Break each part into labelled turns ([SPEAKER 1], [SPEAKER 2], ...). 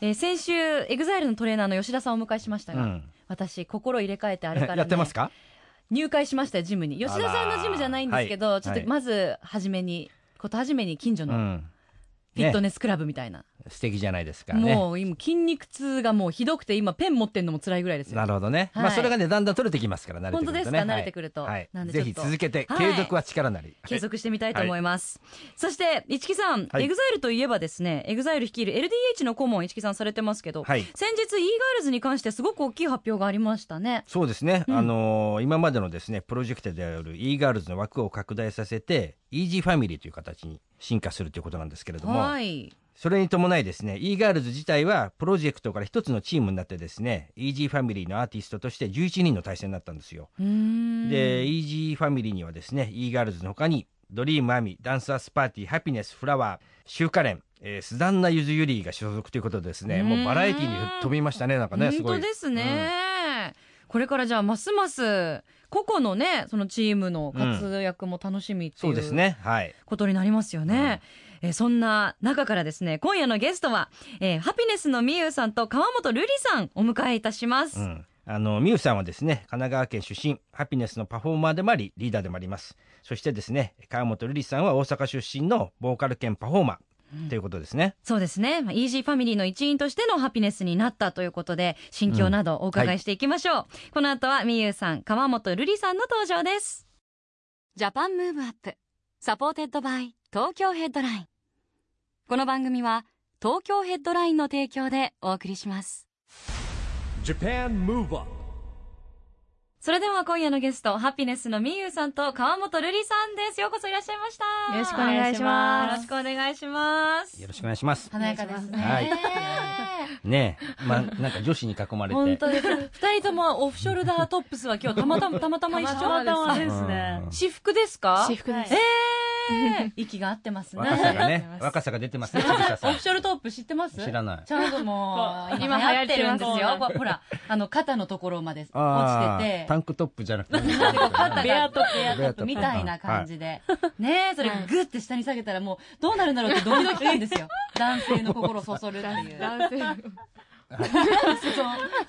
[SPEAKER 1] えー先週、エグザイルのトレーナーの吉田さんをお迎えしましたが、
[SPEAKER 2] うん
[SPEAKER 1] 私、心入れ替えてあれから、ね、
[SPEAKER 2] やってますか
[SPEAKER 1] 入会しましたよ、ジムに。吉田さんのジムじゃないんですけど、
[SPEAKER 2] はい
[SPEAKER 1] ちょっ
[SPEAKER 2] は
[SPEAKER 1] と
[SPEAKER 2] い
[SPEAKER 1] まず、初めに、こと初めに近所
[SPEAKER 2] う
[SPEAKER 1] の
[SPEAKER 2] ん
[SPEAKER 1] フィットネスクラブみたいな。
[SPEAKER 2] 素敵じゃないですかね
[SPEAKER 1] もう、今、筋肉痛がもうひどくて、今、ペン持ってんのも辛いぐらいですよ。
[SPEAKER 2] なるほどね、
[SPEAKER 1] はい
[SPEAKER 2] まあそれがねだんだん取れてきますから慣れてくるとね
[SPEAKER 1] 本当ですか
[SPEAKER 2] はい
[SPEAKER 1] 慣れてくると
[SPEAKER 2] はい
[SPEAKER 1] なんでちょ
[SPEAKER 2] ぜ
[SPEAKER 1] っと
[SPEAKER 2] ひ続けて
[SPEAKER 1] はい
[SPEAKER 2] 継続は力なり、
[SPEAKER 1] 継続してみたいと思います。そして、市木さん、
[SPEAKER 2] はい
[SPEAKER 1] エグザイルといえばですね、エグザイル率いる LDH の顧問、市木さんされてますけど、
[SPEAKER 2] はい
[SPEAKER 1] 先日、e ガールズに関してすごく大きい発表がありましたね。
[SPEAKER 2] そうですね、
[SPEAKER 1] うん
[SPEAKER 2] あのー今までのですねプロジェクトである e ガールズの枠を拡大させて EG ファミリーという形に進化するということなんですけれども、
[SPEAKER 1] はい。
[SPEAKER 2] それに伴いですね e ガールズ自体はプロジェクトから一つのチームになってですね EG ファミリーのアーティストとして11人の対戦になったんですよ。
[SPEAKER 1] うーん
[SPEAKER 2] で EG ファミリーにはですね e ガールズの他にドリームアミダンサースパーティーハピネスフラワーシューカレン、えースザンナゆずゆりが所属ということでですねもうバラエティーに飛びましたねなんかねすごい。
[SPEAKER 1] 本当ですね。これからじゃあ、ますます、個々のね、そのチームの活躍も楽しみって
[SPEAKER 2] そ
[SPEAKER 1] いうう
[SPEAKER 2] ですねはい
[SPEAKER 1] ことになりますよね。えーそんな中からですね、今夜のゲストは、えーハピネスのみゆうさんと川本瑠璃さんお迎えいたします。
[SPEAKER 2] うん、あのミュウさんはですね神奈川県出身ハピネスのパフォーマーでもありリーダーでもありますそしてですね川本瑠璃さんは大阪出身のボーカル兼パフォーマーということですね、
[SPEAKER 1] そうですね。まあ、イージーファミリーの一員としてのハピネスになったということで、心境などお伺いしていきましょう。この後は、みゆうさん、川本瑠璃さんの登場です。
[SPEAKER 3] ジャパンムーブアップサポーテッドバイ東京ヘッドラインこの番組は東京ヘッドラインの提供でお送りします
[SPEAKER 4] Japan Move Up
[SPEAKER 1] それでは今夜のゲスト、ハピネスのみゆうさんと川本瑠璃さんです。ようこそいらっしゃいました。
[SPEAKER 5] よろしくお願いします
[SPEAKER 1] よろしくお願いします。
[SPEAKER 2] よろしくお願いします
[SPEAKER 5] 華やかですね。
[SPEAKER 2] はいねえまあなんか女子に囲まれて
[SPEAKER 1] 本当です。二人ともオフショルダートップスは今日たまた ま、たまたま一緒
[SPEAKER 5] たまたまです
[SPEAKER 2] ね
[SPEAKER 1] 私服ですか
[SPEAKER 5] 私服です。
[SPEAKER 1] えー、 息が合ってますね。
[SPEAKER 2] 若さがね若さが出てますね千草さ
[SPEAKER 1] オ
[SPEAKER 2] ん
[SPEAKER 1] フショルトップ知ってます
[SPEAKER 2] 知らない
[SPEAKER 1] ちゃんともう、
[SPEAKER 5] こう
[SPEAKER 1] 今流行ってるんです
[SPEAKER 5] 流行
[SPEAKER 1] よ。
[SPEAKER 5] ってます
[SPEAKER 1] ほら、あの、肩のところまで落ち
[SPEAKER 2] あ
[SPEAKER 1] て
[SPEAKER 2] ー
[SPEAKER 1] て
[SPEAKER 2] タ。ンクトップじゃなくて
[SPEAKER 1] 肩
[SPEAKER 5] ベアトップ
[SPEAKER 2] ベアトップ
[SPEAKER 1] みたいな感じで。ねえ、それ
[SPEAKER 5] はい
[SPEAKER 1] グッて下に下げたらもう、どうなるんだろうってドキドキなんですよ。 男性の心をそそるっていう。
[SPEAKER 5] 男性。
[SPEAKER 1] そう。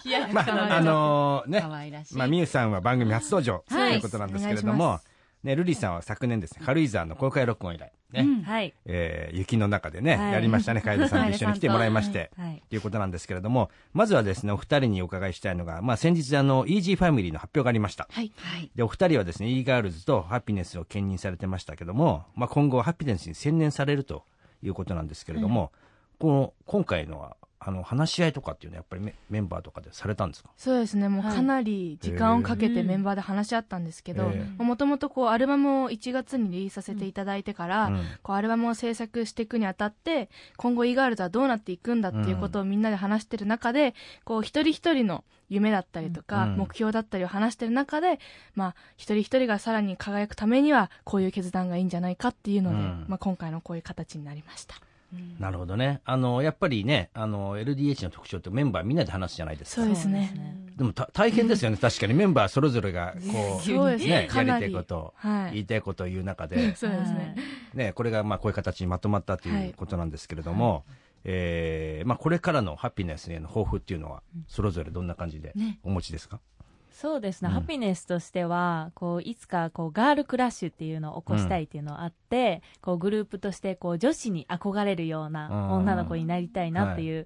[SPEAKER 1] 冷や
[SPEAKER 2] まああのーね
[SPEAKER 1] 可愛らしい
[SPEAKER 2] まあミュウさんは番組初登場と
[SPEAKER 1] はい
[SPEAKER 2] いうことなんですけれど
[SPEAKER 5] お願
[SPEAKER 2] も
[SPEAKER 5] いし
[SPEAKER 2] ねルリさんは昨年ですね軽井沢の公開録音以来ね、
[SPEAKER 5] はい。
[SPEAKER 2] えー雪の中でね、
[SPEAKER 5] はい
[SPEAKER 2] やりま したね楓さんと一緒に来てもらいまし
[SPEAKER 5] は い
[SPEAKER 2] て。
[SPEAKER 5] はい
[SPEAKER 2] ということなんですけれども、まずはですね、お二人にお伺いしたいのが、まあ先日あの、イージーファミリーの発表がありました。
[SPEAKER 5] はい。
[SPEAKER 2] で、お二人はですね、イーガールズとハピネスを兼任されてましたけども、まあ今後はハピネスに専念されるということなんですけれども、この、今回のは、あの、話し合いとかっていうのはやっぱりメメンバーとかでされたんですか
[SPEAKER 5] そうですね。もう
[SPEAKER 1] はい
[SPEAKER 5] かなり時間をかけてメンバーで話し合ったんですけど
[SPEAKER 2] え、
[SPEAKER 5] もともとこうアルバムを1月にリリースさせていただいてから、
[SPEAKER 2] うん
[SPEAKER 5] こうアルバムを制作していくにあたって、今後 e ガールズはどうなっていくんだっていうことをみんなで話してる中で、こう一人一人の夢だったりとか、
[SPEAKER 2] うん
[SPEAKER 5] 目標だったりを話してる中で、まあ一人一人がさらに輝くためには、こういう決断がいいんじゃないかっていうので、
[SPEAKER 2] うん
[SPEAKER 5] まあ今回のこういう形になりました。
[SPEAKER 2] なるほどね。あの、やっぱりね、あの、LDH の特徴ってメンバーみんなで話すじゃないです
[SPEAKER 5] そ
[SPEAKER 2] か
[SPEAKER 5] う。ですね。
[SPEAKER 2] でもた大変ですよね、確かにメンバーそれぞれが、 こう、
[SPEAKER 5] そうですね
[SPEAKER 2] ね、や
[SPEAKER 5] か
[SPEAKER 2] り
[SPEAKER 5] な
[SPEAKER 2] た
[SPEAKER 5] り
[SPEAKER 2] いこと、
[SPEAKER 5] はい
[SPEAKER 2] 言いたいことを言う中で、
[SPEAKER 5] そうですね。
[SPEAKER 2] ね、これがまあこういう形にまとまったということなんですけれども、えーまあ、これからのハピネスへの抱負っていうのは、それぞれどんな感じでお持ちですか、
[SPEAKER 6] そうですね、
[SPEAKER 2] うん
[SPEAKER 6] ハピネスとしてはこういつかこうガールクラッシュっていうのを起こしたいっていうのがあって、こうグループとしてこう女子に憧れるよう
[SPEAKER 2] うん
[SPEAKER 6] な女の子になりたいなっていう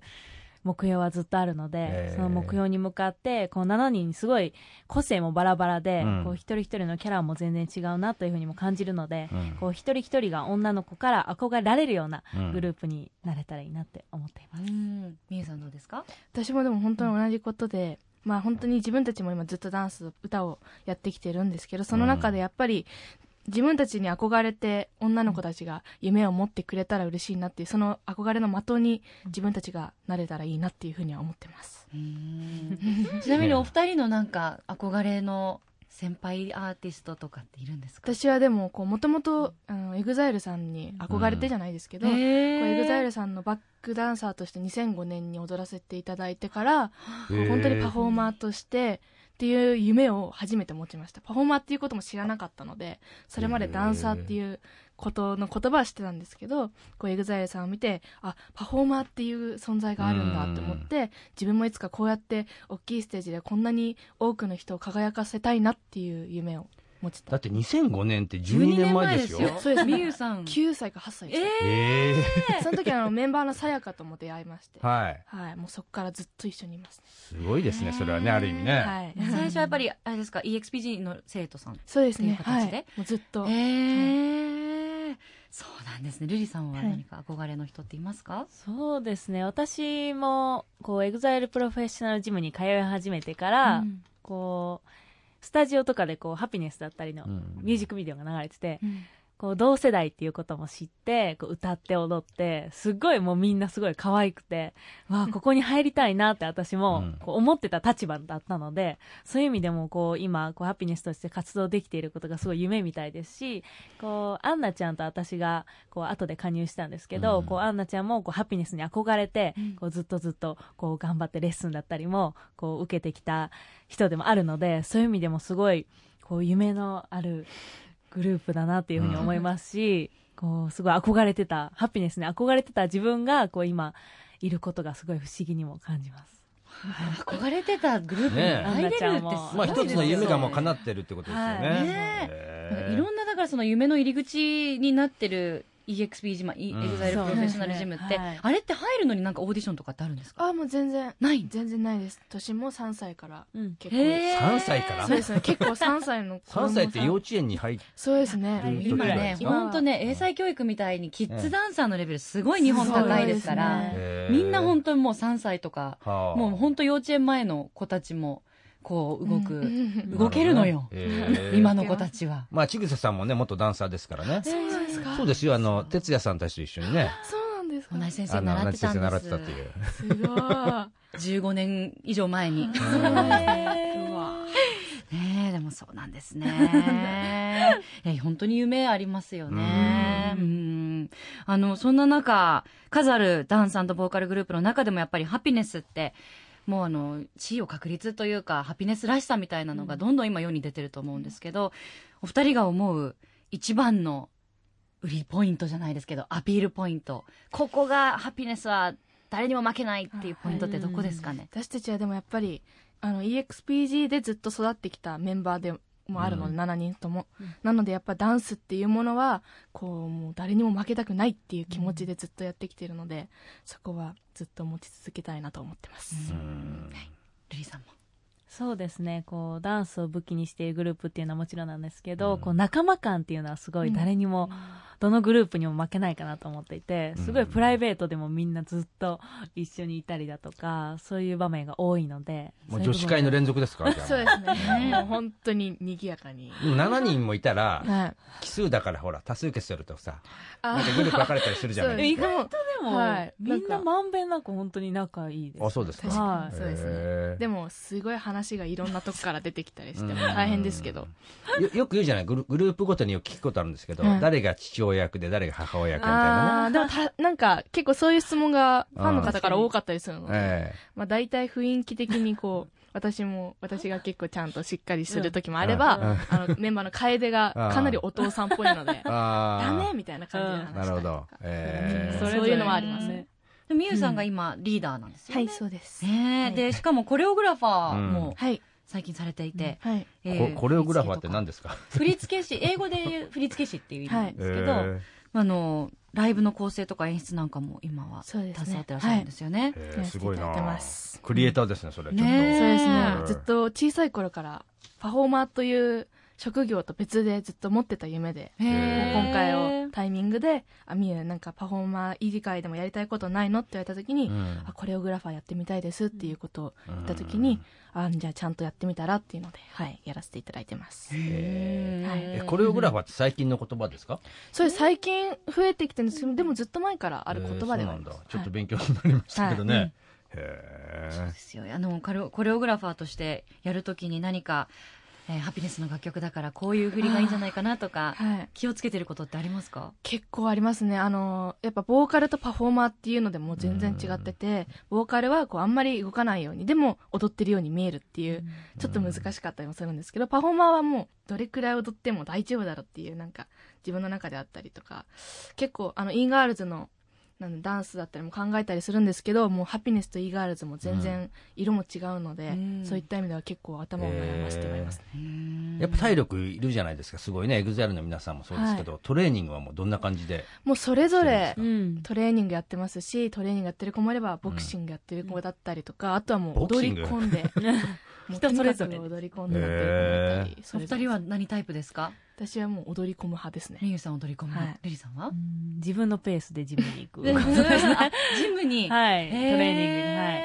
[SPEAKER 6] 目標はずっとあるので、
[SPEAKER 2] えー
[SPEAKER 6] その目標に向かってこう7人すごい個性もバラバラで、
[SPEAKER 2] うん
[SPEAKER 6] こう一人一人のキャラも全然違うなというふうにも感じるので、
[SPEAKER 2] うん
[SPEAKER 6] こう一人一人が女の子から憧れられるような
[SPEAKER 2] うん
[SPEAKER 6] グループになれたらいいなって思っています。
[SPEAKER 1] うん。みゆさんどうですか
[SPEAKER 5] 私もでも本当に同じことで、まあ本当に自分たちも今ずっとダンス歌をやってきてるんですけどその中でやっぱり自分たちに憧れて女の子たちが夢を持ってくれたら嬉しいなっていうその憧れの的に自分たちがなれたらいいなっていうふうには思ってます
[SPEAKER 1] うんちなみにお二人のなんか憧れの先輩アーティストとかっているんですか
[SPEAKER 5] 私はでももともと EXILE さんに憧れてじゃないですけど、こう
[SPEAKER 1] エ
[SPEAKER 5] EXILE さんのバックダンサーとして2005年に踊らせていただいてから
[SPEAKER 2] へー
[SPEAKER 5] 本当にパフォーマーとしてっていう夢を初めて持ちましたパフォーマーっていうことも知らなかったのでそれまでダンサーっていうことの言葉は知ってたんですけどこう EXILE さんを見てあパフォーマーっていう存在があるんだって思って自分もいつかこうやって大きいステージでこんなに多くの人を輝かせたいなっていう夢を持ち
[SPEAKER 2] だ
[SPEAKER 5] た
[SPEAKER 2] って2005年って12年前ですよ。
[SPEAKER 5] そうですね
[SPEAKER 1] みゆさん
[SPEAKER 5] 9歳か8歳でし
[SPEAKER 2] え
[SPEAKER 5] たその時あのメンバーのさやかとも出会いまして
[SPEAKER 2] えはい。
[SPEAKER 5] はい、もうそこからずっと一緒にいます、
[SPEAKER 2] すごいですね、それはね、ある意味ね。
[SPEAKER 5] ね。はい。
[SPEAKER 1] 最初はやっぱりあれですか EXPG の生徒さん
[SPEAKER 5] そうですね。
[SPEAKER 1] っていう形で
[SPEAKER 5] はい。もうずっと。
[SPEAKER 1] ええそうなんですねルリさんは
[SPEAKER 5] はい
[SPEAKER 1] 何か憧れの人っていますか、
[SPEAKER 6] そうですね私もこうエグザイルプロフェッショナルジムに通い始めてから、
[SPEAKER 1] うん
[SPEAKER 6] こうスタジオとかでこうハピネスだったりの
[SPEAKER 2] うん
[SPEAKER 6] ミュージックビデオが流れてて、
[SPEAKER 5] うん
[SPEAKER 6] こう同世代っていうことも知ってこう歌って踊ってすっごいもうみんなすごい可愛くてわあここに入りたいなって私
[SPEAKER 2] う
[SPEAKER 6] も
[SPEAKER 2] ん
[SPEAKER 6] こう思ってた立場だったのでそういう意味でもこう今こうハピネスとして活動できていることがすごい夢みたいですしこうアンナちゃんと私がこう後で加入したんですけど、
[SPEAKER 2] うん
[SPEAKER 6] こうアンナちゃんもこうハピネスに憧れて、
[SPEAKER 1] うん
[SPEAKER 6] こうずっとずっとこう頑張ってレッスンだったりもこう受けてきた人でもあるのでそういう意味でもすごいこう夢のあるグループだなっていうふうに思いますし、こうすごい憧れてたハピネスに憧れてた自分がこう今いることがすごい不思議にも感じます。
[SPEAKER 1] 憧れてたグループに入れるってすごいですよね
[SPEAKER 2] まあ一つの夢がもう叶
[SPEAKER 1] な
[SPEAKER 2] ってるってことですよね。
[SPEAKER 6] はい
[SPEAKER 1] ね
[SPEAKER 2] ええ
[SPEAKER 1] いろんなだからその夢の入り口になってる EXPG、まあ、
[SPEAKER 2] うん
[SPEAKER 1] EXILE プロフェッショナルジムって、
[SPEAKER 6] そうですねはい
[SPEAKER 1] あれって入るのになんかオーディションとかってあるんですか
[SPEAKER 5] あ、もう全然、
[SPEAKER 1] ないんだ
[SPEAKER 5] 全然ないです。年も3歳から
[SPEAKER 6] うん
[SPEAKER 5] 結構。
[SPEAKER 1] へー
[SPEAKER 2] 3歳から
[SPEAKER 5] そうですね。結構3歳 の子供
[SPEAKER 2] 3
[SPEAKER 5] さん
[SPEAKER 2] 歳って幼稚園に入って、
[SPEAKER 5] そうですね。
[SPEAKER 2] はい
[SPEAKER 1] 今ね
[SPEAKER 2] どういう時ですか
[SPEAKER 1] 本当ね英才教育みたいにキッズダンサーのレベルすごい日本高いですから、
[SPEAKER 5] そうですね
[SPEAKER 2] ええ
[SPEAKER 1] みんな本当にもう3歳とか、
[SPEAKER 2] はあ
[SPEAKER 1] もう本当幼稚園前の子たちもこう動く、
[SPEAKER 5] うん
[SPEAKER 1] 動けるのよ
[SPEAKER 2] なるほどねええ
[SPEAKER 1] 今の子たちは。
[SPEAKER 2] まあ千草さんもね元ダンサーですからね
[SPEAKER 5] そうなんですか。
[SPEAKER 2] そうですよあの哲也さんたちと一緒にね
[SPEAKER 5] そうなんです
[SPEAKER 1] 同
[SPEAKER 5] か。
[SPEAKER 1] じ先生
[SPEAKER 2] あ
[SPEAKER 1] に
[SPEAKER 2] の
[SPEAKER 1] 習っ
[SPEAKER 2] 同
[SPEAKER 1] て
[SPEAKER 2] じ
[SPEAKER 1] た
[SPEAKER 2] 先生
[SPEAKER 1] ん
[SPEAKER 2] 習
[SPEAKER 1] で
[SPEAKER 2] ってたっていう
[SPEAKER 5] す ごい。
[SPEAKER 1] す15年以上前に ねえでもそうなんですねえ本当に夢ありますよね
[SPEAKER 6] う
[SPEAKER 1] うんんあのそんな中数あるダンスボーカルグループの中でもやっぱりハピネスってもうあの地位を確立というかハピネスらしさみたいなのがどんどん今世に出てると思うんですけど、お二人が思う一番の売りポイントじゃないですけどアピールポイントここがハピネスは誰にも負けないっていうポイントってどこですかね、
[SPEAKER 5] 私たちはでもやっぱりあの EXPG でずっと育ってきたメンバーでもあるので、
[SPEAKER 2] うん
[SPEAKER 5] 7人とも、
[SPEAKER 6] うん
[SPEAKER 5] なのでやっぱダンスっていうものはこうもう誰にも負けたくないっていう気持ちでずっとやってきてるので、そこはずっと持ち続けたいなと思ってます、
[SPEAKER 2] うん
[SPEAKER 1] ルリさんも
[SPEAKER 6] そうですねこうダンスを武器にしているグループっていうのはもちろんなんですけど、こう仲間感っていうのはすごい誰にも、どのグループにも負けないかなと思っていてすごいプライベートでもみんなずっと一緒にいたりだとかそういう場面が多いので
[SPEAKER 2] もう女子会の連続ですからじゃあ
[SPEAKER 5] そうですねもう本当に賑やかに、
[SPEAKER 2] でも7人もいたら
[SPEAKER 5] はい
[SPEAKER 2] 奇数だからほら多数決するとさ
[SPEAKER 5] あ
[SPEAKER 2] なんかグループ分かれたりするじゃないです
[SPEAKER 5] でも
[SPEAKER 6] でも、
[SPEAKER 5] はい
[SPEAKER 6] みん
[SPEAKER 5] な
[SPEAKER 6] なん
[SPEAKER 5] か
[SPEAKER 6] まんべんなく本当に仲いいです
[SPEAKER 2] かあそうです
[SPEAKER 5] 確
[SPEAKER 2] か
[SPEAKER 5] かにそうですね、
[SPEAKER 2] へえ
[SPEAKER 5] でもすごい話がいろんなとこから出てきたりして
[SPEAKER 2] うん
[SPEAKER 5] 大変ですけど、
[SPEAKER 2] よよく言うじゃないグルグループごとによく聞くことあるんですけど
[SPEAKER 5] はい
[SPEAKER 2] 誰が父親役で誰が母親役みたいなね
[SPEAKER 5] ああーでもたなんか結構そういう質問がファンの方から多かったりするので、
[SPEAKER 2] え
[SPEAKER 5] まあ、大体雰囲気的にこう 私も私が結構ちゃんとしっかりする時もあれば、
[SPEAKER 2] うん
[SPEAKER 5] あのメンバーの楓がかなりお父さんっぽいので
[SPEAKER 2] えあ
[SPEAKER 5] ダ
[SPEAKER 2] あ
[SPEAKER 5] メみたいな感じで話した
[SPEAKER 2] なる
[SPEAKER 5] りと
[SPEAKER 2] ほ
[SPEAKER 5] か
[SPEAKER 2] ど、え
[SPEAKER 5] それぞれそういうのはありますね
[SPEAKER 1] でみゆさんが今リーダーなんですよね、
[SPEAKER 5] はいそうです
[SPEAKER 1] ねえ、で、しかもコレオグラファーも
[SPEAKER 5] はい
[SPEAKER 1] 最近されていて、
[SPEAKER 5] はい
[SPEAKER 2] え
[SPEAKER 1] えー
[SPEAKER 2] こコレオグラファーって何ですか
[SPEAKER 1] 振付師、英語で言う振付師っていう意味なんですけど、
[SPEAKER 2] え
[SPEAKER 1] あの、ライブの構成とか演出なんかも今は
[SPEAKER 5] そ
[SPEAKER 1] 携
[SPEAKER 5] うですね
[SPEAKER 1] わってらっしゃるんですよね。
[SPEAKER 2] え
[SPEAKER 5] やら
[SPEAKER 2] す
[SPEAKER 5] せてい
[SPEAKER 2] ご
[SPEAKER 5] た
[SPEAKER 2] いな
[SPEAKER 5] だいてます
[SPEAKER 2] クリエイターですねそれちょっと、
[SPEAKER 1] ねえ
[SPEAKER 5] そうですね
[SPEAKER 2] うん
[SPEAKER 5] ずっと小さい頃からパフォーマーという職業と別でずっと持ってた夢で、
[SPEAKER 1] へー
[SPEAKER 5] 今回をタイミングで「あみゆなんかパフォーマー以外でもやりたいことないの?」って言われた時に、
[SPEAKER 2] うん
[SPEAKER 5] あ「コレオグラファーやってみたいです」っていうことを言った時に、あじゃあちゃんとやってみたらっていうので、はい、やらせていただいてます。
[SPEAKER 2] えコレオグラファーって最近の言葉ですか
[SPEAKER 5] それ最近増えてきてるんですけどでもずっと前からある言葉では
[SPEAKER 2] えーそう
[SPEAKER 5] あり
[SPEAKER 2] なん
[SPEAKER 5] ま
[SPEAKER 2] だ
[SPEAKER 5] す、
[SPEAKER 2] ちょっと
[SPEAKER 5] はい
[SPEAKER 2] 勉強になりましたけどね、
[SPEAKER 5] は
[SPEAKER 2] へ
[SPEAKER 1] そうですよあのコレオコレオグラファーとしてやるときに何か、えーハピネスの楽曲だからこういう振りがいいんじゃないかなとか、
[SPEAKER 5] はい
[SPEAKER 1] 気をつけてることってありますか
[SPEAKER 5] 結構ありますねあのやっぱボーカルとパフォーマーっていうのでもう全然違っててボーカルはこうあんまり動かないようにでも踊ってるように見えるっていうちょっと難しかったりもするんですけどパフォーマーはもうどれくらい踊っても大丈夫だろうっていうなんか自分の中であったりとか結構あの e ガールズのなんだダンスだったりも考えたりするんですけどもうハピネスと e ガールズも全然色も違うので、
[SPEAKER 1] うん
[SPEAKER 5] そういった意味では結構頭を悩ませておりますね
[SPEAKER 2] えやっぱ体力いるじゃないですかすごいね EXILE の皆さんもそうですけど、トレーニングはもうどんな感じで
[SPEAKER 5] もうそれぞれ
[SPEAKER 6] うん
[SPEAKER 5] トレーニングやってますしトレーニングやってる子もいればボクシングやってる子だったりとか、あとはもう
[SPEAKER 2] ボク
[SPEAKER 5] 踊
[SPEAKER 2] シ
[SPEAKER 5] り
[SPEAKER 2] ング
[SPEAKER 5] 込ん でもうと
[SPEAKER 6] 人それ
[SPEAKER 5] に
[SPEAKER 6] ぞ
[SPEAKER 5] か
[SPEAKER 6] れ
[SPEAKER 5] く踊り込んでやってる子もいたり、そ
[SPEAKER 1] お
[SPEAKER 5] れ
[SPEAKER 1] 二
[SPEAKER 5] ぞれ
[SPEAKER 1] 人は何タイプですか
[SPEAKER 5] 私はもう踊り込む派ですね
[SPEAKER 1] みゆさん踊り込む、
[SPEAKER 5] はい
[SPEAKER 1] リリさんは
[SPEAKER 6] う、ん自分のペースでジムに行く。
[SPEAKER 1] あジム に、
[SPEAKER 6] はい、
[SPEAKER 1] え
[SPEAKER 6] トレーニングに、はい。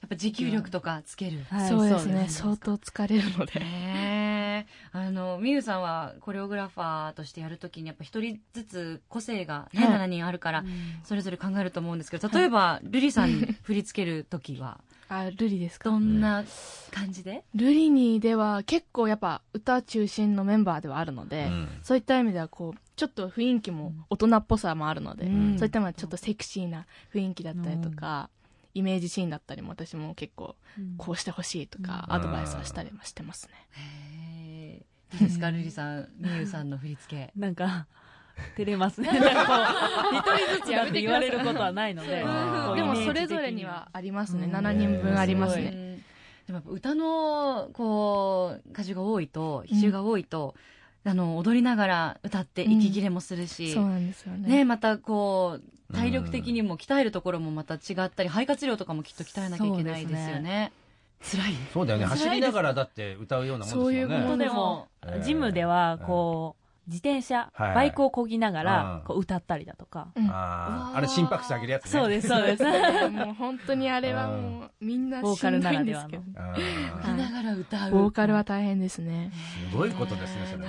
[SPEAKER 1] やっぱ持久力とかつける、
[SPEAKER 6] はい
[SPEAKER 5] そうですね
[SPEAKER 1] そうですね
[SPEAKER 5] 相当疲れるので
[SPEAKER 1] ねえあのみゆさんはコレオグラファーとしてやるときにやっぱ一人ずつ個性が、ね
[SPEAKER 5] はい
[SPEAKER 1] 7人あるからそれぞれ考えると思うんですけど例えば瑠璃さ んに振り付けるときは
[SPEAKER 5] あルリですか
[SPEAKER 1] どんな感じで、
[SPEAKER 5] ルリニーでは結構やっぱ歌中心のメンバーではあるので、
[SPEAKER 2] うん
[SPEAKER 5] そういった意味ではこうちょっと雰囲気も大人っぽさもあるので、
[SPEAKER 2] ん
[SPEAKER 5] そういった意味ではちょっとセクシーな雰囲気だったりとか、イメージシーンだったりも私も結構こうしてほしいとか、
[SPEAKER 2] うん
[SPEAKER 5] アドバイスはしたりもしてますね。
[SPEAKER 1] へえいいですか瑠璃さんみゆさんの振り付け
[SPEAKER 6] なんか、 照れますね。なんかこう、一人ずつだって言われることはないので。
[SPEAKER 2] うん
[SPEAKER 6] こう
[SPEAKER 5] でも
[SPEAKER 6] イメージ
[SPEAKER 5] それ
[SPEAKER 6] 的
[SPEAKER 5] ぞれにはありますね。
[SPEAKER 6] うん
[SPEAKER 5] 7人分あります
[SPEAKER 6] え
[SPEAKER 5] ね。
[SPEAKER 1] うんでもやっぱ歌のこう歌手が多いと比重が多いと、あの踊りながら歌って息切れもするし、
[SPEAKER 5] そうなんですよ
[SPEAKER 1] ね、
[SPEAKER 5] ね。
[SPEAKER 1] またこう体力的にも鍛えるところもまた違ったり肺活量とかもきっと鍛えなきゃいけないですよね辛い
[SPEAKER 2] そうだよね走りながらだって歌うようなもんですよね
[SPEAKER 5] そういうこ
[SPEAKER 6] 本当
[SPEAKER 5] と
[SPEAKER 6] でも
[SPEAKER 2] えー、
[SPEAKER 6] ジムでは、こう、自転車、
[SPEAKER 2] はい
[SPEAKER 6] バイクをこぎなが
[SPEAKER 2] うん
[SPEAKER 6] ら、こう、歌ったりだとか。
[SPEAKER 5] う
[SPEAKER 2] あ
[SPEAKER 5] ん
[SPEAKER 1] う
[SPEAKER 2] ー
[SPEAKER 1] わー
[SPEAKER 2] あれ心拍数上げるやつね
[SPEAKER 6] そうです、そうです。
[SPEAKER 5] もう本当にあれはもうみんな
[SPEAKER 6] ボー
[SPEAKER 5] し
[SPEAKER 6] カル
[SPEAKER 5] ん
[SPEAKER 6] な
[SPEAKER 5] どい
[SPEAKER 6] ら
[SPEAKER 5] ん
[SPEAKER 6] で
[SPEAKER 5] で
[SPEAKER 6] は
[SPEAKER 5] すけ
[SPEAKER 6] の
[SPEAKER 5] ど。。
[SPEAKER 2] あ
[SPEAKER 1] 歌
[SPEAKER 2] ー
[SPEAKER 1] いながら歌う
[SPEAKER 5] ボーカルは大変ですね。
[SPEAKER 2] すごいことですねそれね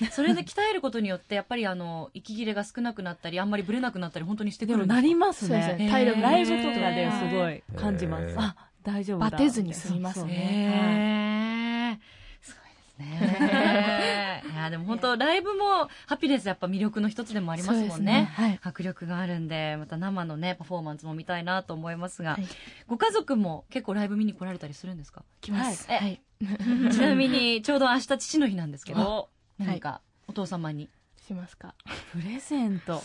[SPEAKER 1] ねそれで鍛えることによってやっぱりあの息切れが少なくなったりあんまりブレなくなったり本当にしてく
[SPEAKER 6] で
[SPEAKER 1] る
[SPEAKER 6] も、
[SPEAKER 1] んです
[SPEAKER 6] なります
[SPEAKER 5] そう です
[SPEAKER 6] ね。
[SPEAKER 5] ね。体力
[SPEAKER 1] えー
[SPEAKER 6] ライブとかですご
[SPEAKER 5] い。
[SPEAKER 6] い感じま
[SPEAKER 2] え
[SPEAKER 6] す
[SPEAKER 2] ー。
[SPEAKER 6] あ、大丈夫だ。
[SPEAKER 5] バテずに済みます
[SPEAKER 6] そうそう
[SPEAKER 1] へーすごいです ねいやでも本当ライブもハピネスやっぱ魅力の一つでもあります
[SPEAKER 5] そうで
[SPEAKER 1] も
[SPEAKER 5] す
[SPEAKER 1] んね
[SPEAKER 5] ねはい。
[SPEAKER 1] 迫力があるんでまた生のねパフォーマンスも見たいなと思いますが、
[SPEAKER 5] はい
[SPEAKER 1] ご家族も結構ライブ見に来られたりするん ですか
[SPEAKER 5] きます。
[SPEAKER 1] はいえ
[SPEAKER 5] はい。
[SPEAKER 1] ちなみにちょうど明日父の日なんですけど
[SPEAKER 6] お
[SPEAKER 1] 何かお父様に、
[SPEAKER 5] しますか。
[SPEAKER 6] プレゼント。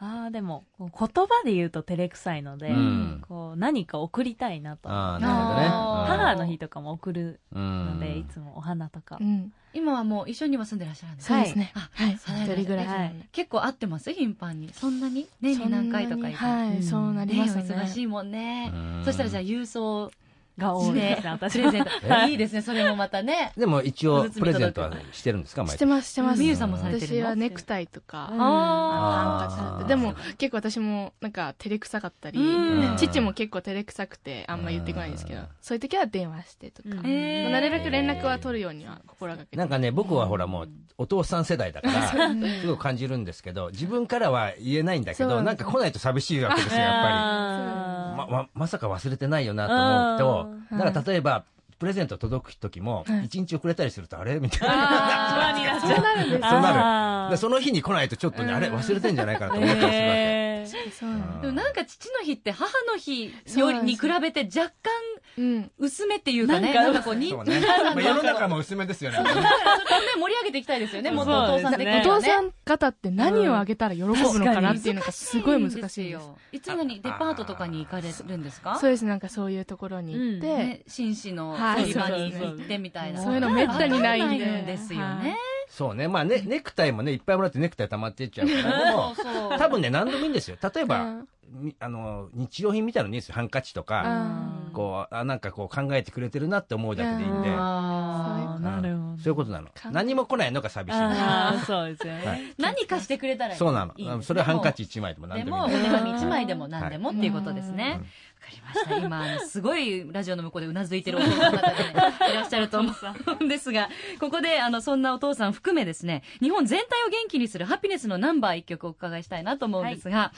[SPEAKER 6] ああ、でも、こう言葉で言うと照れくさいので、
[SPEAKER 2] うん
[SPEAKER 6] こう、何か送りたいなと。
[SPEAKER 2] あー
[SPEAKER 1] あー
[SPEAKER 2] なるほどね
[SPEAKER 6] 母の日とかも送る
[SPEAKER 2] うん
[SPEAKER 6] ので、いつもお花とか
[SPEAKER 5] う。ん。
[SPEAKER 1] 今はもう一緒には住んでらっしゃるんです
[SPEAKER 5] そうですね。
[SPEAKER 1] あ
[SPEAKER 5] はい。一
[SPEAKER 1] そうなんだ
[SPEAKER 5] 人ぐらい
[SPEAKER 6] は
[SPEAKER 5] ないんで。
[SPEAKER 1] 結構会ってます頻繁にそんなに年に何回とかいう
[SPEAKER 5] そんなに
[SPEAKER 6] う
[SPEAKER 5] は
[SPEAKER 1] ねお
[SPEAKER 5] い、そうなり
[SPEAKER 6] ん
[SPEAKER 5] ますね。
[SPEAKER 1] 忙しいもんね
[SPEAKER 2] うん
[SPEAKER 1] そしたらじゃあ郵送
[SPEAKER 6] が多
[SPEAKER 1] し
[SPEAKER 6] いで
[SPEAKER 1] て
[SPEAKER 6] すね、
[SPEAKER 1] プ
[SPEAKER 6] 私
[SPEAKER 1] レ
[SPEAKER 6] は
[SPEAKER 1] ゼントいいですねそれもまたね
[SPEAKER 2] でも一応プレゼントはしてるんですか
[SPEAKER 5] し
[SPEAKER 2] 毎
[SPEAKER 5] て
[SPEAKER 2] 回
[SPEAKER 5] ます、してます。
[SPEAKER 1] みゆさんもされてる
[SPEAKER 5] 私
[SPEAKER 1] の
[SPEAKER 5] はネクタイとか、
[SPEAKER 6] うん
[SPEAKER 1] あ
[SPEAKER 5] ハ
[SPEAKER 2] あー
[SPEAKER 5] ンカチだってでも結構私もなんか照れくさかったり
[SPEAKER 1] うん
[SPEAKER 5] 父も結構照れくさくてあんま言ってこないんですけど
[SPEAKER 2] うん
[SPEAKER 5] そういう時は電話してとか、
[SPEAKER 6] うん
[SPEAKER 1] えー
[SPEAKER 5] なるべく連絡は取るようには心がけて
[SPEAKER 2] なんかね僕はほらもうお父さん世代だからすごく感じるんですけど自分からは言えないんだけ
[SPEAKER 5] そ
[SPEAKER 2] ど
[SPEAKER 5] う
[SPEAKER 2] なんか来ないと寂しいわけですよやっぱり。
[SPEAKER 6] ぱ
[SPEAKER 2] ま、ま、まさか忘れてないよなと思うと、
[SPEAKER 5] うん
[SPEAKER 2] だから例えば、プレゼント届く時も、
[SPEAKER 5] はい
[SPEAKER 2] 一日遅れたりすると、あれみたいな。
[SPEAKER 6] あー不安になっちゃう。
[SPEAKER 5] なるん
[SPEAKER 2] そ
[SPEAKER 5] です
[SPEAKER 2] うなるだ
[SPEAKER 6] あ
[SPEAKER 2] か
[SPEAKER 6] ー
[SPEAKER 2] らその日に来ないとちょっとね、あれ忘れてんじゃないかなと思ったりするわけ。
[SPEAKER 6] えー
[SPEAKER 5] そうなの
[SPEAKER 1] でもなんか父の日って母の日
[SPEAKER 5] そ
[SPEAKER 1] よ
[SPEAKER 5] うな
[SPEAKER 1] り
[SPEAKER 5] んで
[SPEAKER 1] に
[SPEAKER 5] す
[SPEAKER 1] 比べて若干
[SPEAKER 5] うん
[SPEAKER 1] 薄めっていうかね、な
[SPEAKER 6] な
[SPEAKER 1] ん
[SPEAKER 6] か
[SPEAKER 1] んかこう、に、
[SPEAKER 2] そう
[SPEAKER 1] だ
[SPEAKER 2] ね。まあ、世の中も薄めですよね。
[SPEAKER 1] からそこをね、盛り上げていきたいですよね、もっとお父さん的には
[SPEAKER 6] そう
[SPEAKER 5] お
[SPEAKER 6] で
[SPEAKER 1] ね
[SPEAKER 6] す
[SPEAKER 5] 父さん方って何をあげたら喜ぶのかなっていうのがすごい難しいです,、
[SPEAKER 1] よ。いつ何、デパートとかに行かれるんですか
[SPEAKER 5] そうですなんかそういうところに行って、
[SPEAKER 1] ね、紳士の
[SPEAKER 5] はい
[SPEAKER 1] 売り場に行ってみたいな。
[SPEAKER 5] そういうのめったにないんで
[SPEAKER 1] わかんですよね。
[SPEAKER 2] そうね。まあね、ネクタイもね、いっぱいもらってネクタイ溜まってっちゃうから、でも、
[SPEAKER 1] そう
[SPEAKER 2] 多分ね、何でもいいんですよ。例えば、
[SPEAKER 5] うん
[SPEAKER 2] みあの、日用品みたいなのいいですよ。ハンカチとか、
[SPEAKER 5] あ
[SPEAKER 2] こうあなんかこう考えてくれてるなって思うだけでいいんで、
[SPEAKER 6] ああ、なるほど。
[SPEAKER 2] そういうことなの
[SPEAKER 5] 考え
[SPEAKER 2] 何も来ないのが寂しいの
[SPEAKER 6] ああ、そうですよ
[SPEAKER 2] は
[SPEAKER 6] ね。
[SPEAKER 1] 何かしてくれたらいい
[SPEAKER 2] そうなの
[SPEAKER 1] いいですね
[SPEAKER 2] それはハンカチ1枚でも何
[SPEAKER 1] で
[SPEAKER 2] でも
[SPEAKER 1] も、
[SPEAKER 2] い
[SPEAKER 1] お
[SPEAKER 2] い
[SPEAKER 1] 手
[SPEAKER 2] んで
[SPEAKER 1] 紙1枚でも何でもっていうことですね。わ、
[SPEAKER 2] うん
[SPEAKER 1] かりました。今、あのすごいラジオの向こうでうなずいてるお父さん方がね、いらっしゃると思うんですが、ここで、あの、そんなお父さん含めですね、日本全体を元気にするハピネスのナンバー1曲をお伺いしたいなと思うんですが、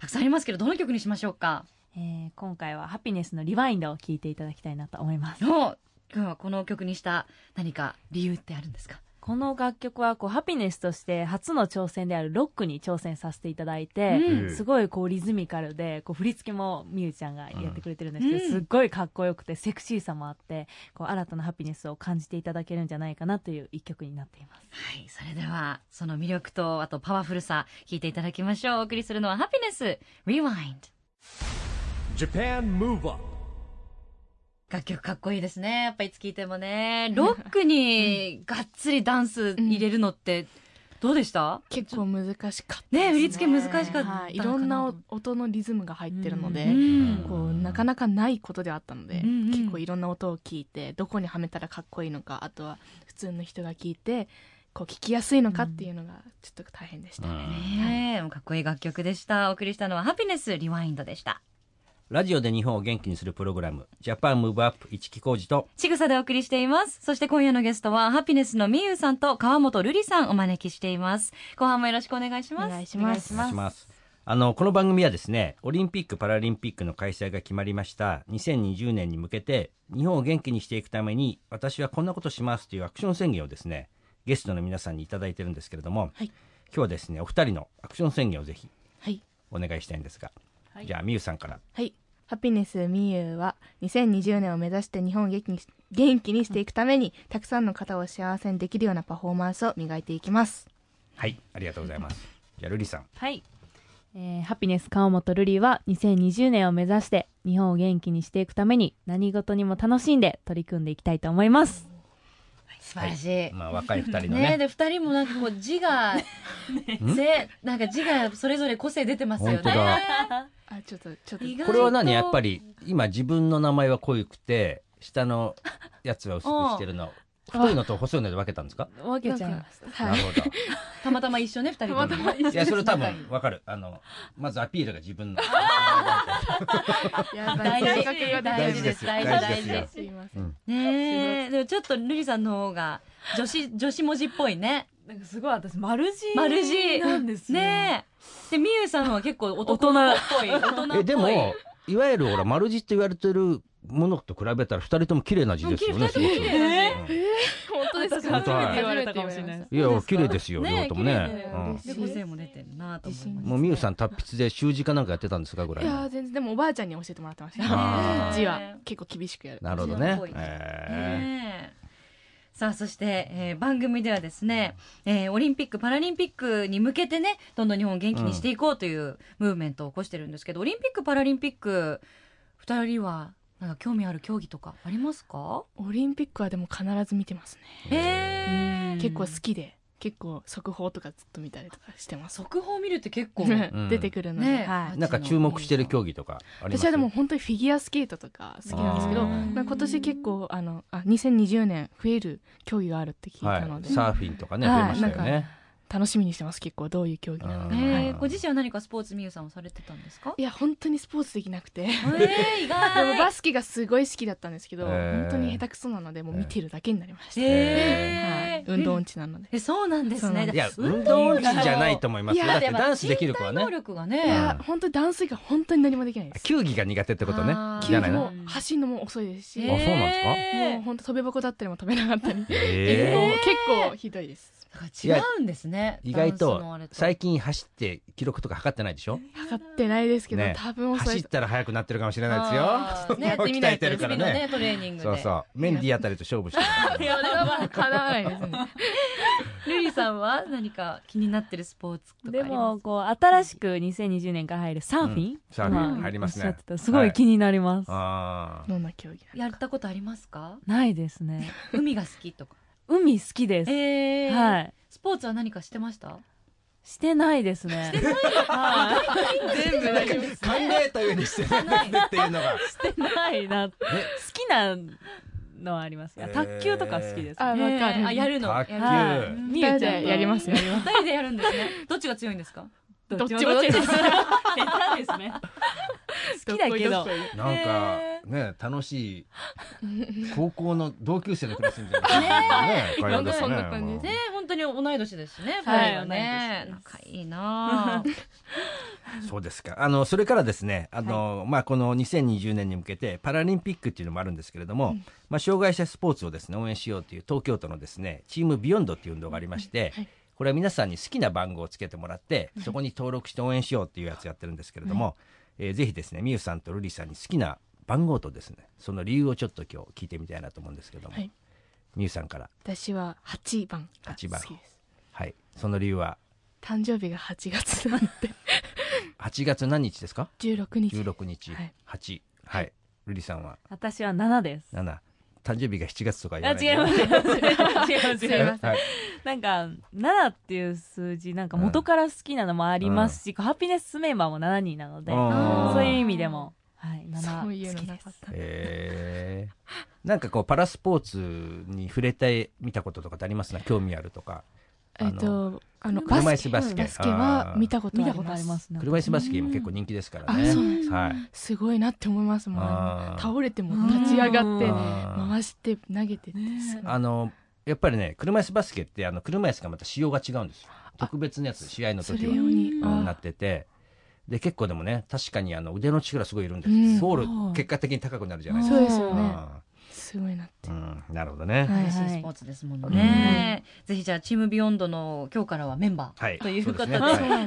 [SPEAKER 1] たくさんありますけど、どの曲にしましょうか
[SPEAKER 6] えー今回はハピネスのリバインドを聞いていただきたいなと思います。
[SPEAKER 1] の今日はこの曲にした何か理由ってあるんですか
[SPEAKER 6] この楽曲はこうハピネスとして初の挑戦であるロックに挑戦させていただいて、
[SPEAKER 2] うん
[SPEAKER 6] すごいこうリズミカルでこう振り付けもみゆちゃんがやってくれてるんですけど、
[SPEAKER 1] うん
[SPEAKER 6] すっごいかっこよくてセクシーさもあってこう新たなハピネスを感じていただけるんじゃないかなという一曲になっています。
[SPEAKER 1] はい。それでは、その魅力と、あとパワフルさ、聴いていただきましょう。お送りするのは、ハピネス、リワインド。
[SPEAKER 4] Japan Move Up
[SPEAKER 1] 楽曲かっこいいですね。やっぱいつ聴いてもね。ロックにがっつりダンス入れるのって、どうでした
[SPEAKER 5] 結構難しかったです
[SPEAKER 1] ね振り付け難しかったのかな
[SPEAKER 5] はいいろんな音のリズムが入ってるので、
[SPEAKER 1] ん
[SPEAKER 5] こうなかなかないことではあったので、
[SPEAKER 1] うんうん
[SPEAKER 5] 結構いろんな音を聞いてどこにはめたらかっこいいのかあとは普通の人が聞いてこう聞きやすいのかっていうのがちょっと大変でしたね、
[SPEAKER 1] ねえ、もうかっこいい楽曲でした。お送りしたのは、ハピネス、リワインドでした。
[SPEAKER 2] ラジオで日本を元気にするプログラム「ジャパンムーブアップ一木工事と
[SPEAKER 1] ちぐさでお送りしています。そして今夜のゲストは、ハピネスのみゆうさんと川本瑠璃さんお招きしています。後半もよろしくお願いします。
[SPEAKER 5] お願いします
[SPEAKER 2] お願いしますあのこの番組はですねオリンピック・パラリンピックの開催が決まりました2020年に向けて日本を元気にしていくために私はこんなことしますというアクション宣言をですねゲストの皆さんに頂いただいてるんですけれども、
[SPEAKER 5] はい
[SPEAKER 2] 今日はですねお二人のアクション宣言をぜひ
[SPEAKER 5] はい
[SPEAKER 2] お願いしたいんですが、じゃあみゆさんから
[SPEAKER 5] はい。ハピネスみゆうは2020年を目指して日本を元気にし元気にしていくためにたくさんの方を幸せにできるようなパフォーマンスを磨いていきます。
[SPEAKER 2] はいありがとうございます じゃあ瑠璃さん
[SPEAKER 6] はい。えーハピネス川本瑠璃は2020年を目指して日本を元気にしていくために何事にも楽しんで取り組んでいきたいと思います。
[SPEAKER 1] 素晴らしい。
[SPEAKER 2] まあ若い二人の
[SPEAKER 1] ね
[SPEAKER 2] ね
[SPEAKER 1] で二人もなんかこう 字が、ぜなんか字がそれぞれ個性出てますよね。
[SPEAKER 2] 本当だ
[SPEAKER 5] あ、ちょっと、ちょっと。
[SPEAKER 1] 意外と
[SPEAKER 2] これは何やっぱり今自分の名前は濃くて下のやつは薄くしてるの太いのと細いので分けたんですか
[SPEAKER 6] 分けちゃいました。
[SPEAKER 5] た
[SPEAKER 2] な
[SPEAKER 5] は
[SPEAKER 2] る
[SPEAKER 5] い。
[SPEAKER 2] ほど
[SPEAKER 1] た またま一緒ね二人とも。
[SPEAKER 2] いや、それ多分わかる。あの、まずアピールが自分の。
[SPEAKER 5] やば
[SPEAKER 1] 大
[SPEAKER 5] い。
[SPEAKER 1] 事
[SPEAKER 5] 性格
[SPEAKER 1] 大
[SPEAKER 5] が 大
[SPEAKER 1] 事
[SPEAKER 5] 事
[SPEAKER 1] で
[SPEAKER 5] ですす。
[SPEAKER 1] 大
[SPEAKER 2] 大事大
[SPEAKER 1] 事大事
[SPEAKER 2] 事
[SPEAKER 1] で
[SPEAKER 2] ですす。
[SPEAKER 5] すいませ。
[SPEAKER 2] うんん
[SPEAKER 1] ねえでもちょっと瑠璃さんの方が女子女子文字っぽいね。
[SPEAKER 6] なんかすごい私丸字
[SPEAKER 1] 丸字
[SPEAKER 6] なんですよ
[SPEAKER 1] ねえでみゆさんは結構男の子っぽい大人っぽい。
[SPEAKER 2] え、でも、いわゆるほら、丸字って言われてるものと比べたら、二人とも綺麗な字ですよね、すごく。
[SPEAKER 1] 綺麗
[SPEAKER 2] うん
[SPEAKER 5] 本当ですか
[SPEAKER 2] 本当はい
[SPEAKER 5] 初めて言われた
[SPEAKER 2] いや、綺麗ですよ、両
[SPEAKER 1] ね
[SPEAKER 2] 方
[SPEAKER 1] え
[SPEAKER 2] とも
[SPEAKER 1] 綺麗
[SPEAKER 2] ね
[SPEAKER 1] だ。
[SPEAKER 2] う
[SPEAKER 1] よ
[SPEAKER 2] ん
[SPEAKER 1] で個性も出てるなと思います。
[SPEAKER 2] もう、みゆさん達筆で習字かなんかやってたんですか、ぐら
[SPEAKER 5] い
[SPEAKER 2] いの。
[SPEAKER 5] やー全然、でもおばあちゃんに教えてもらってました。
[SPEAKER 2] あー
[SPEAKER 5] 字は結構厳しくやる。
[SPEAKER 2] なるほど
[SPEAKER 1] 女
[SPEAKER 2] ね
[SPEAKER 1] 子っぽい。
[SPEAKER 2] え
[SPEAKER 1] ねえさあそして、えー番組ではですね、えーオリンピック・パラリンピックに向けてねどんどん日本を元気にしていこうというムーブメントを起こしてるんですけど、オリンピック・パラリンピック2人はなんか興味ある競技とかありますか、
[SPEAKER 5] オリンピックはでも必ず見てますね。
[SPEAKER 1] え
[SPEAKER 5] 結構好きで、結構速報とかずっと見たりとかしてます。
[SPEAKER 1] 速報見るって結 構
[SPEAKER 2] ん
[SPEAKER 5] 出てくるので。
[SPEAKER 1] ね
[SPEAKER 5] はい
[SPEAKER 2] ー。なんか注目してる競技とかあります
[SPEAKER 5] 私はでも本当にフィギュアスケートとか好きなんですけ
[SPEAKER 2] あ
[SPEAKER 5] ど、
[SPEAKER 2] ー
[SPEAKER 5] まあ、今年結構あのあ2020年増える競技があるって聞い
[SPEAKER 2] は
[SPEAKER 5] たので、
[SPEAKER 2] い。サーフィンとかね、増
[SPEAKER 5] は
[SPEAKER 2] え
[SPEAKER 5] い
[SPEAKER 2] ましたよね。
[SPEAKER 5] 楽しみにしてます結構どういう競技なの
[SPEAKER 2] う
[SPEAKER 5] か、
[SPEAKER 2] ん
[SPEAKER 5] は
[SPEAKER 1] え
[SPEAKER 5] い
[SPEAKER 1] ーご自身は何かスポーツみゆさんをされてたんですか
[SPEAKER 5] いや本当にスポーツでき なくてで
[SPEAKER 1] えー、意
[SPEAKER 5] も
[SPEAKER 1] 外
[SPEAKER 5] バスケがすごい好きだったんですけど、
[SPEAKER 2] へー
[SPEAKER 5] 本当に下手くそなのでもう見てるだけになりました、
[SPEAKER 1] えー
[SPEAKER 5] はい、運動音痴なので、
[SPEAKER 1] えそうなんです
[SPEAKER 5] そうなん
[SPEAKER 1] ね
[SPEAKER 5] で
[SPEAKER 2] いや、運動音痴じゃないと思いますよ。
[SPEAKER 5] い
[SPEAKER 2] だ
[SPEAKER 5] や
[SPEAKER 2] ってダンスできる子はね
[SPEAKER 1] 能、力が
[SPEAKER 5] い
[SPEAKER 1] ね
[SPEAKER 5] や本当にダンス以外本当に何もできないです
[SPEAKER 2] 球技が苦手ってことね
[SPEAKER 1] あ。ー
[SPEAKER 2] じ
[SPEAKER 5] 球
[SPEAKER 2] ゃな
[SPEAKER 5] 技
[SPEAKER 2] いの
[SPEAKER 5] も走るのも遅いですし、
[SPEAKER 2] あそうなんですか
[SPEAKER 1] えー
[SPEAKER 5] もう本当飛び箱だったりも飛べなかったり、
[SPEAKER 2] え
[SPEAKER 5] も
[SPEAKER 2] ー
[SPEAKER 5] う結構ひどいです
[SPEAKER 1] だから違うんですね。
[SPEAKER 2] 意外
[SPEAKER 1] ダンスの
[SPEAKER 2] と
[SPEAKER 1] あれ
[SPEAKER 2] 最近走って記録とか測ってないでしょ
[SPEAKER 5] 測ってないですけど、
[SPEAKER 2] ね
[SPEAKER 5] 多分遅
[SPEAKER 2] 走
[SPEAKER 5] い
[SPEAKER 2] っ
[SPEAKER 5] と
[SPEAKER 2] たら速くなってるか もしれないです
[SPEAKER 1] あ
[SPEAKER 2] よ
[SPEAKER 1] ーね、やってみな
[SPEAKER 2] 鍛
[SPEAKER 1] い
[SPEAKER 2] え
[SPEAKER 1] と
[SPEAKER 2] てるから
[SPEAKER 1] 次のね
[SPEAKER 2] ね
[SPEAKER 1] トレーニングで。
[SPEAKER 2] そうそうメンディーあたりと勝負して
[SPEAKER 5] い
[SPEAKER 2] る
[SPEAKER 5] や、それはまだ叶わないですね。
[SPEAKER 1] ルリさんは何か気になってるスポーツとかあ
[SPEAKER 6] で
[SPEAKER 1] りま
[SPEAKER 6] も
[SPEAKER 1] すか。
[SPEAKER 6] こう新しく2020年から入るサーフィン、
[SPEAKER 2] うんサーフィン入りますね
[SPEAKER 6] おっしゃってたすごい気になります、
[SPEAKER 2] あー
[SPEAKER 5] どんな競技
[SPEAKER 1] やったことありますか？
[SPEAKER 6] ないですね
[SPEAKER 1] 海が好きとか。
[SPEAKER 6] 海好きで す、
[SPEAKER 1] えー
[SPEAKER 6] はい
[SPEAKER 1] スポーツは何かしてました？
[SPEAKER 6] してないですね。 は
[SPEAKER 5] 全部大丈夫です
[SPEAKER 2] 考えたようにしてないっていうのが。
[SPEAKER 6] い。してないな。好きなのはあります。いや卓球とか好きです。
[SPEAKER 5] あわかる
[SPEAKER 1] えーあやるの
[SPEAKER 2] 卓球
[SPEAKER 1] やる
[SPEAKER 6] はい。み
[SPEAKER 5] 二
[SPEAKER 6] ゆ
[SPEAKER 5] 人
[SPEAKER 6] ちゃん
[SPEAKER 5] で
[SPEAKER 6] と
[SPEAKER 5] やりますね
[SPEAKER 1] 二人でやるんですねどっちが強いんですか
[SPEAKER 6] どっちも
[SPEAKER 5] ど
[SPEAKER 6] ど
[SPEAKER 5] っ
[SPEAKER 6] っ
[SPEAKER 5] ちも
[SPEAKER 6] ちで
[SPEAKER 5] ど
[SPEAKER 6] す
[SPEAKER 5] っち
[SPEAKER 6] ね。好きだけど。
[SPEAKER 2] なんか、ね、楽し い、高校の同級生のクラスみたいな感じね会話ですね。
[SPEAKER 5] なんかそんな感じです
[SPEAKER 1] ね本当に同い年ですしね
[SPEAKER 6] はい
[SPEAKER 1] 二人はね
[SPEAKER 6] 同い年
[SPEAKER 1] 仲いい なぁ
[SPEAKER 2] そうですか。あの、それからですね、あの、まあ、この2020年に向けて、パラリンピックっていうのもあるんですけれども、まあ、障害者スポーツをですね、応援しようという東京都のですね、チームビヨンドっていう運動がありまして、これは皆さんに好きな番号をつけてもらって、そこに登録して応援しようっていうやつやってるんですけれども、えーぜひですね、みゆさんとルリさんに好きな番号とですね、その理由をちょっと今日聞いてみたいなと思うんですけども、
[SPEAKER 5] はい
[SPEAKER 2] みゆさんから、
[SPEAKER 5] 私は8番が好き
[SPEAKER 2] 8番
[SPEAKER 5] です
[SPEAKER 2] はい、その理由は、
[SPEAKER 5] 誕生日が8月なので
[SPEAKER 2] 8月何日ですか
[SPEAKER 5] 16日
[SPEAKER 2] ?16日、
[SPEAKER 5] はい
[SPEAKER 2] 8、はい、ルリさんは、
[SPEAKER 6] 私は7です。
[SPEAKER 2] 7誕生日が7月とか言わ
[SPEAKER 6] あ、
[SPEAKER 2] ないで
[SPEAKER 6] 違います。違います。 違います。
[SPEAKER 2] はい、
[SPEAKER 6] なんか、7っていう数字、なんか元から好きなのもありますし、こうハピネスメンバーも7人なので、
[SPEAKER 2] あー
[SPEAKER 6] そういう意味でも、はい、7
[SPEAKER 5] そういう
[SPEAKER 6] 好
[SPEAKER 5] の
[SPEAKER 6] き
[SPEAKER 5] な
[SPEAKER 6] で
[SPEAKER 5] かっ
[SPEAKER 6] す。
[SPEAKER 5] た
[SPEAKER 2] えー、なんかこうパラスポーツに触れてみたこととかってありますな興味あるとか
[SPEAKER 5] えっとあの
[SPEAKER 2] 車
[SPEAKER 5] バ
[SPEAKER 2] 椅
[SPEAKER 5] ス
[SPEAKER 2] 子
[SPEAKER 5] ケ
[SPEAKER 2] バスケ
[SPEAKER 5] バスケは見たこと
[SPEAKER 6] 見
[SPEAKER 5] あ
[SPEAKER 6] た
[SPEAKER 5] り
[SPEAKER 6] ことあ
[SPEAKER 5] ま
[SPEAKER 6] り
[SPEAKER 5] す
[SPEAKER 6] ますね。
[SPEAKER 2] 車椅子バスケも結構人気ですからね
[SPEAKER 5] あそうなんです
[SPEAKER 2] はい
[SPEAKER 5] すごいなって思いますもん
[SPEAKER 2] あー
[SPEAKER 5] 倒れても立ち上がって
[SPEAKER 2] あー
[SPEAKER 5] 回して投げてってすごい
[SPEAKER 2] あのやっぱりね車椅子バスケってあの車椅子がまた仕様が違うんですよ特別なやつ試合の
[SPEAKER 5] それ
[SPEAKER 2] 時
[SPEAKER 5] 用
[SPEAKER 2] は、
[SPEAKER 5] に
[SPEAKER 2] う
[SPEAKER 5] あ
[SPEAKER 2] ん
[SPEAKER 5] ー
[SPEAKER 2] なっててで結構でもね確かにあの腕の力すごいいるんです、
[SPEAKER 5] うん
[SPEAKER 2] ボール結果的に高くなるじゃないです
[SPEAKER 5] そ
[SPEAKER 2] か
[SPEAKER 5] うですよね
[SPEAKER 2] あ
[SPEAKER 5] すごいなって
[SPEAKER 2] ーうん、なるほどね、
[SPEAKER 5] はい
[SPEAKER 1] 嬉しいスポーツですもんねぜひじゃあチームビヨンドの今日からはメンバ
[SPEAKER 2] はい
[SPEAKER 1] ーということで
[SPEAKER 2] そうですねは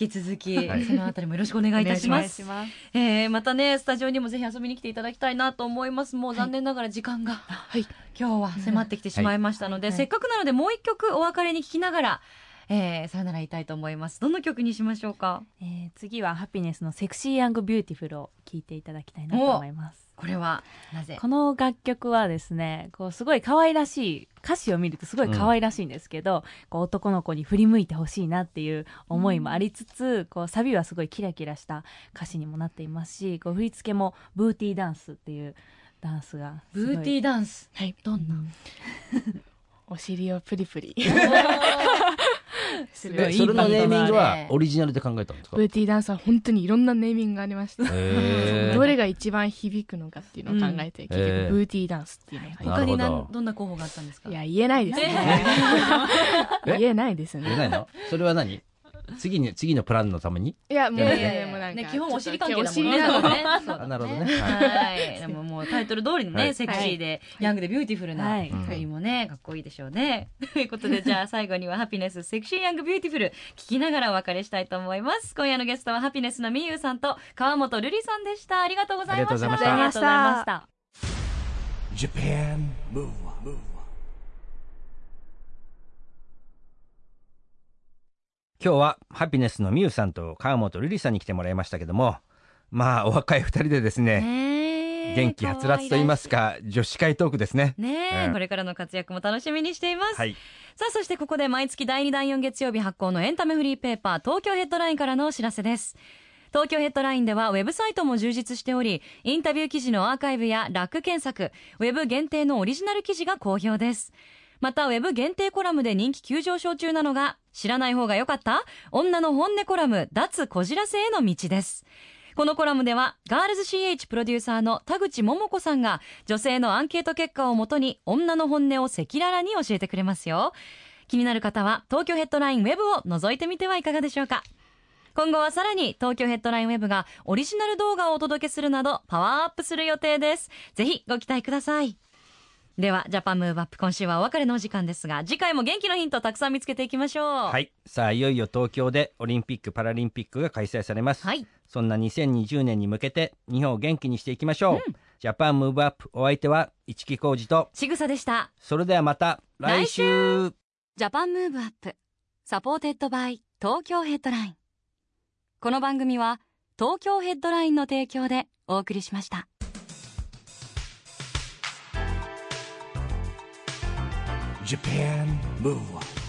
[SPEAKER 1] 引き続き
[SPEAKER 2] はい
[SPEAKER 1] そのあたりもよろしくお願いいたし
[SPEAKER 6] お願
[SPEAKER 1] ま
[SPEAKER 6] い
[SPEAKER 1] す
[SPEAKER 6] します。
[SPEAKER 1] えーまたねスタジオにもぜひ遊びに来ていただきたいなと思いますもう残念ながら時間が、
[SPEAKER 5] はい
[SPEAKER 1] 今日は迫ってきてしまいましたので、
[SPEAKER 6] はい
[SPEAKER 1] せっかくなのでもう一曲お別れに聞きながら、えー、さよなら言いたいと思いますどの曲にしましょうか
[SPEAKER 6] えー次はハピネスのセクシービューティフルを聴いていただきたいなと思います。
[SPEAKER 1] これはなぜ
[SPEAKER 6] この楽曲はですね、こうすごい可愛らしい、歌詞を見るとすごい可愛らしいんですけど、こう男の子に振り向いてほしいなっていう思いもありつつ、こうサビはすごいキラキラした歌詞にもなっていますし、こう振り付けもブーティーダンスっていうダンスがす
[SPEAKER 1] ブ
[SPEAKER 6] ごい。
[SPEAKER 1] ーティーダンス
[SPEAKER 5] はい
[SPEAKER 1] どんな、
[SPEAKER 5] お尻をプリプリす
[SPEAKER 6] ご
[SPEAKER 5] る
[SPEAKER 6] い
[SPEAKER 2] えそれのネーミング
[SPEAKER 1] いいバンドだね
[SPEAKER 2] はオリジナルで考えたんですか
[SPEAKER 5] ブーティーダンスは本当にいろんなネーミングがありまして
[SPEAKER 2] へー
[SPEAKER 5] どれが一番響くのかっていうのを考えて、結
[SPEAKER 2] えー
[SPEAKER 5] 局ブーティーダンスっていうのが入っ
[SPEAKER 2] な
[SPEAKER 1] 他
[SPEAKER 2] る
[SPEAKER 1] に
[SPEAKER 2] ほど
[SPEAKER 1] なんどんな候補があったんです
[SPEAKER 5] て
[SPEAKER 1] か
[SPEAKER 5] いや言えないですね
[SPEAKER 2] え
[SPEAKER 5] 言えないです
[SPEAKER 2] 言え
[SPEAKER 5] ね
[SPEAKER 2] ないのそれは何次に、次のプランのために
[SPEAKER 5] いやもう
[SPEAKER 2] いやい
[SPEAKER 5] ねもうなんか
[SPEAKER 1] ね基本お尻関係だもんね
[SPEAKER 5] お尻なので
[SPEAKER 1] そうだ
[SPEAKER 2] あなるほどね
[SPEAKER 1] はいでももうタイトル通りにね、
[SPEAKER 2] はい
[SPEAKER 1] セクシーで、ヤングでビューティフルな、
[SPEAKER 6] はい。
[SPEAKER 2] うん
[SPEAKER 1] 鳥もね、かっこいいでしょうね。というこ とで、じゃあ最後にはハピネス、セクシーヤングビューティフル、聞きながらお別れしたいと思います。今夜のゲストはハピネスのみゆうさんと川本瑠璃さんでした。ありがとうございまし
[SPEAKER 2] あ
[SPEAKER 1] た。
[SPEAKER 2] りがとうございまし
[SPEAKER 6] あ
[SPEAKER 2] た
[SPEAKER 6] りがとうございました。
[SPEAKER 4] Japan Move Up, Move Up.
[SPEAKER 2] 今日はハピネスのみゆさんと川本瑠璃さんに来てもらいましたけども、まあ、お若い二人でですね、
[SPEAKER 1] ねえ
[SPEAKER 2] 元気はつらつと言います。か、女子会トークですね。
[SPEAKER 1] ねえ、
[SPEAKER 2] うん
[SPEAKER 1] これからの活躍も楽しみにしています。
[SPEAKER 2] はい。
[SPEAKER 1] さあ、そしてここで毎月第2、第4月曜日発行のエンタメフリーペーパー、東京ヘッドラインからのお知らせです。東京ヘッドラインではウェブサイトも充実しており、インタビュー記事のアーカイブやラック検索、ウェブ限定のオリジナル記事が好評です。また、ウェブ限定コラムで人気急上昇中なのが、知らない方が良かった女の本音コラム、脱こじらせへの道です。このコラムでは、ガールズ CH プロデューサーの田口桃子さんが、女性のアンケート結果をもとに、女の本音を赤裸々に教えてくれますよ。気になる方は、東京ヘッドラインウェブを覗いてみてはいかがでしょうか。今後はさらに、東京ヘッドラインウェブがオリジナル動画をお届けするなど、パワーアップする予定です。ぜひ、ご期待ください。では、ジャパンムーブアップ、今週はお別れのお時間ですが、次回も元気のヒントたくさん見つけていきましょう。は。
[SPEAKER 2] はいい。さあ、いよいよ東京でオリンピック・パラリンピックが開催されます。
[SPEAKER 1] はい。
[SPEAKER 2] そんな2020年に向けて、日本を元気にしていきましょう。ジャパンムーブアップ、お相手は、市木浩二と、
[SPEAKER 1] しぐさでした。
[SPEAKER 2] それではまた、来週
[SPEAKER 3] ジャパンムーブアップサポーテッドバイ東京ヘッドラインこの番組は東京ヘッドラインの提供でお送りしました
[SPEAKER 4] Japan Move Up.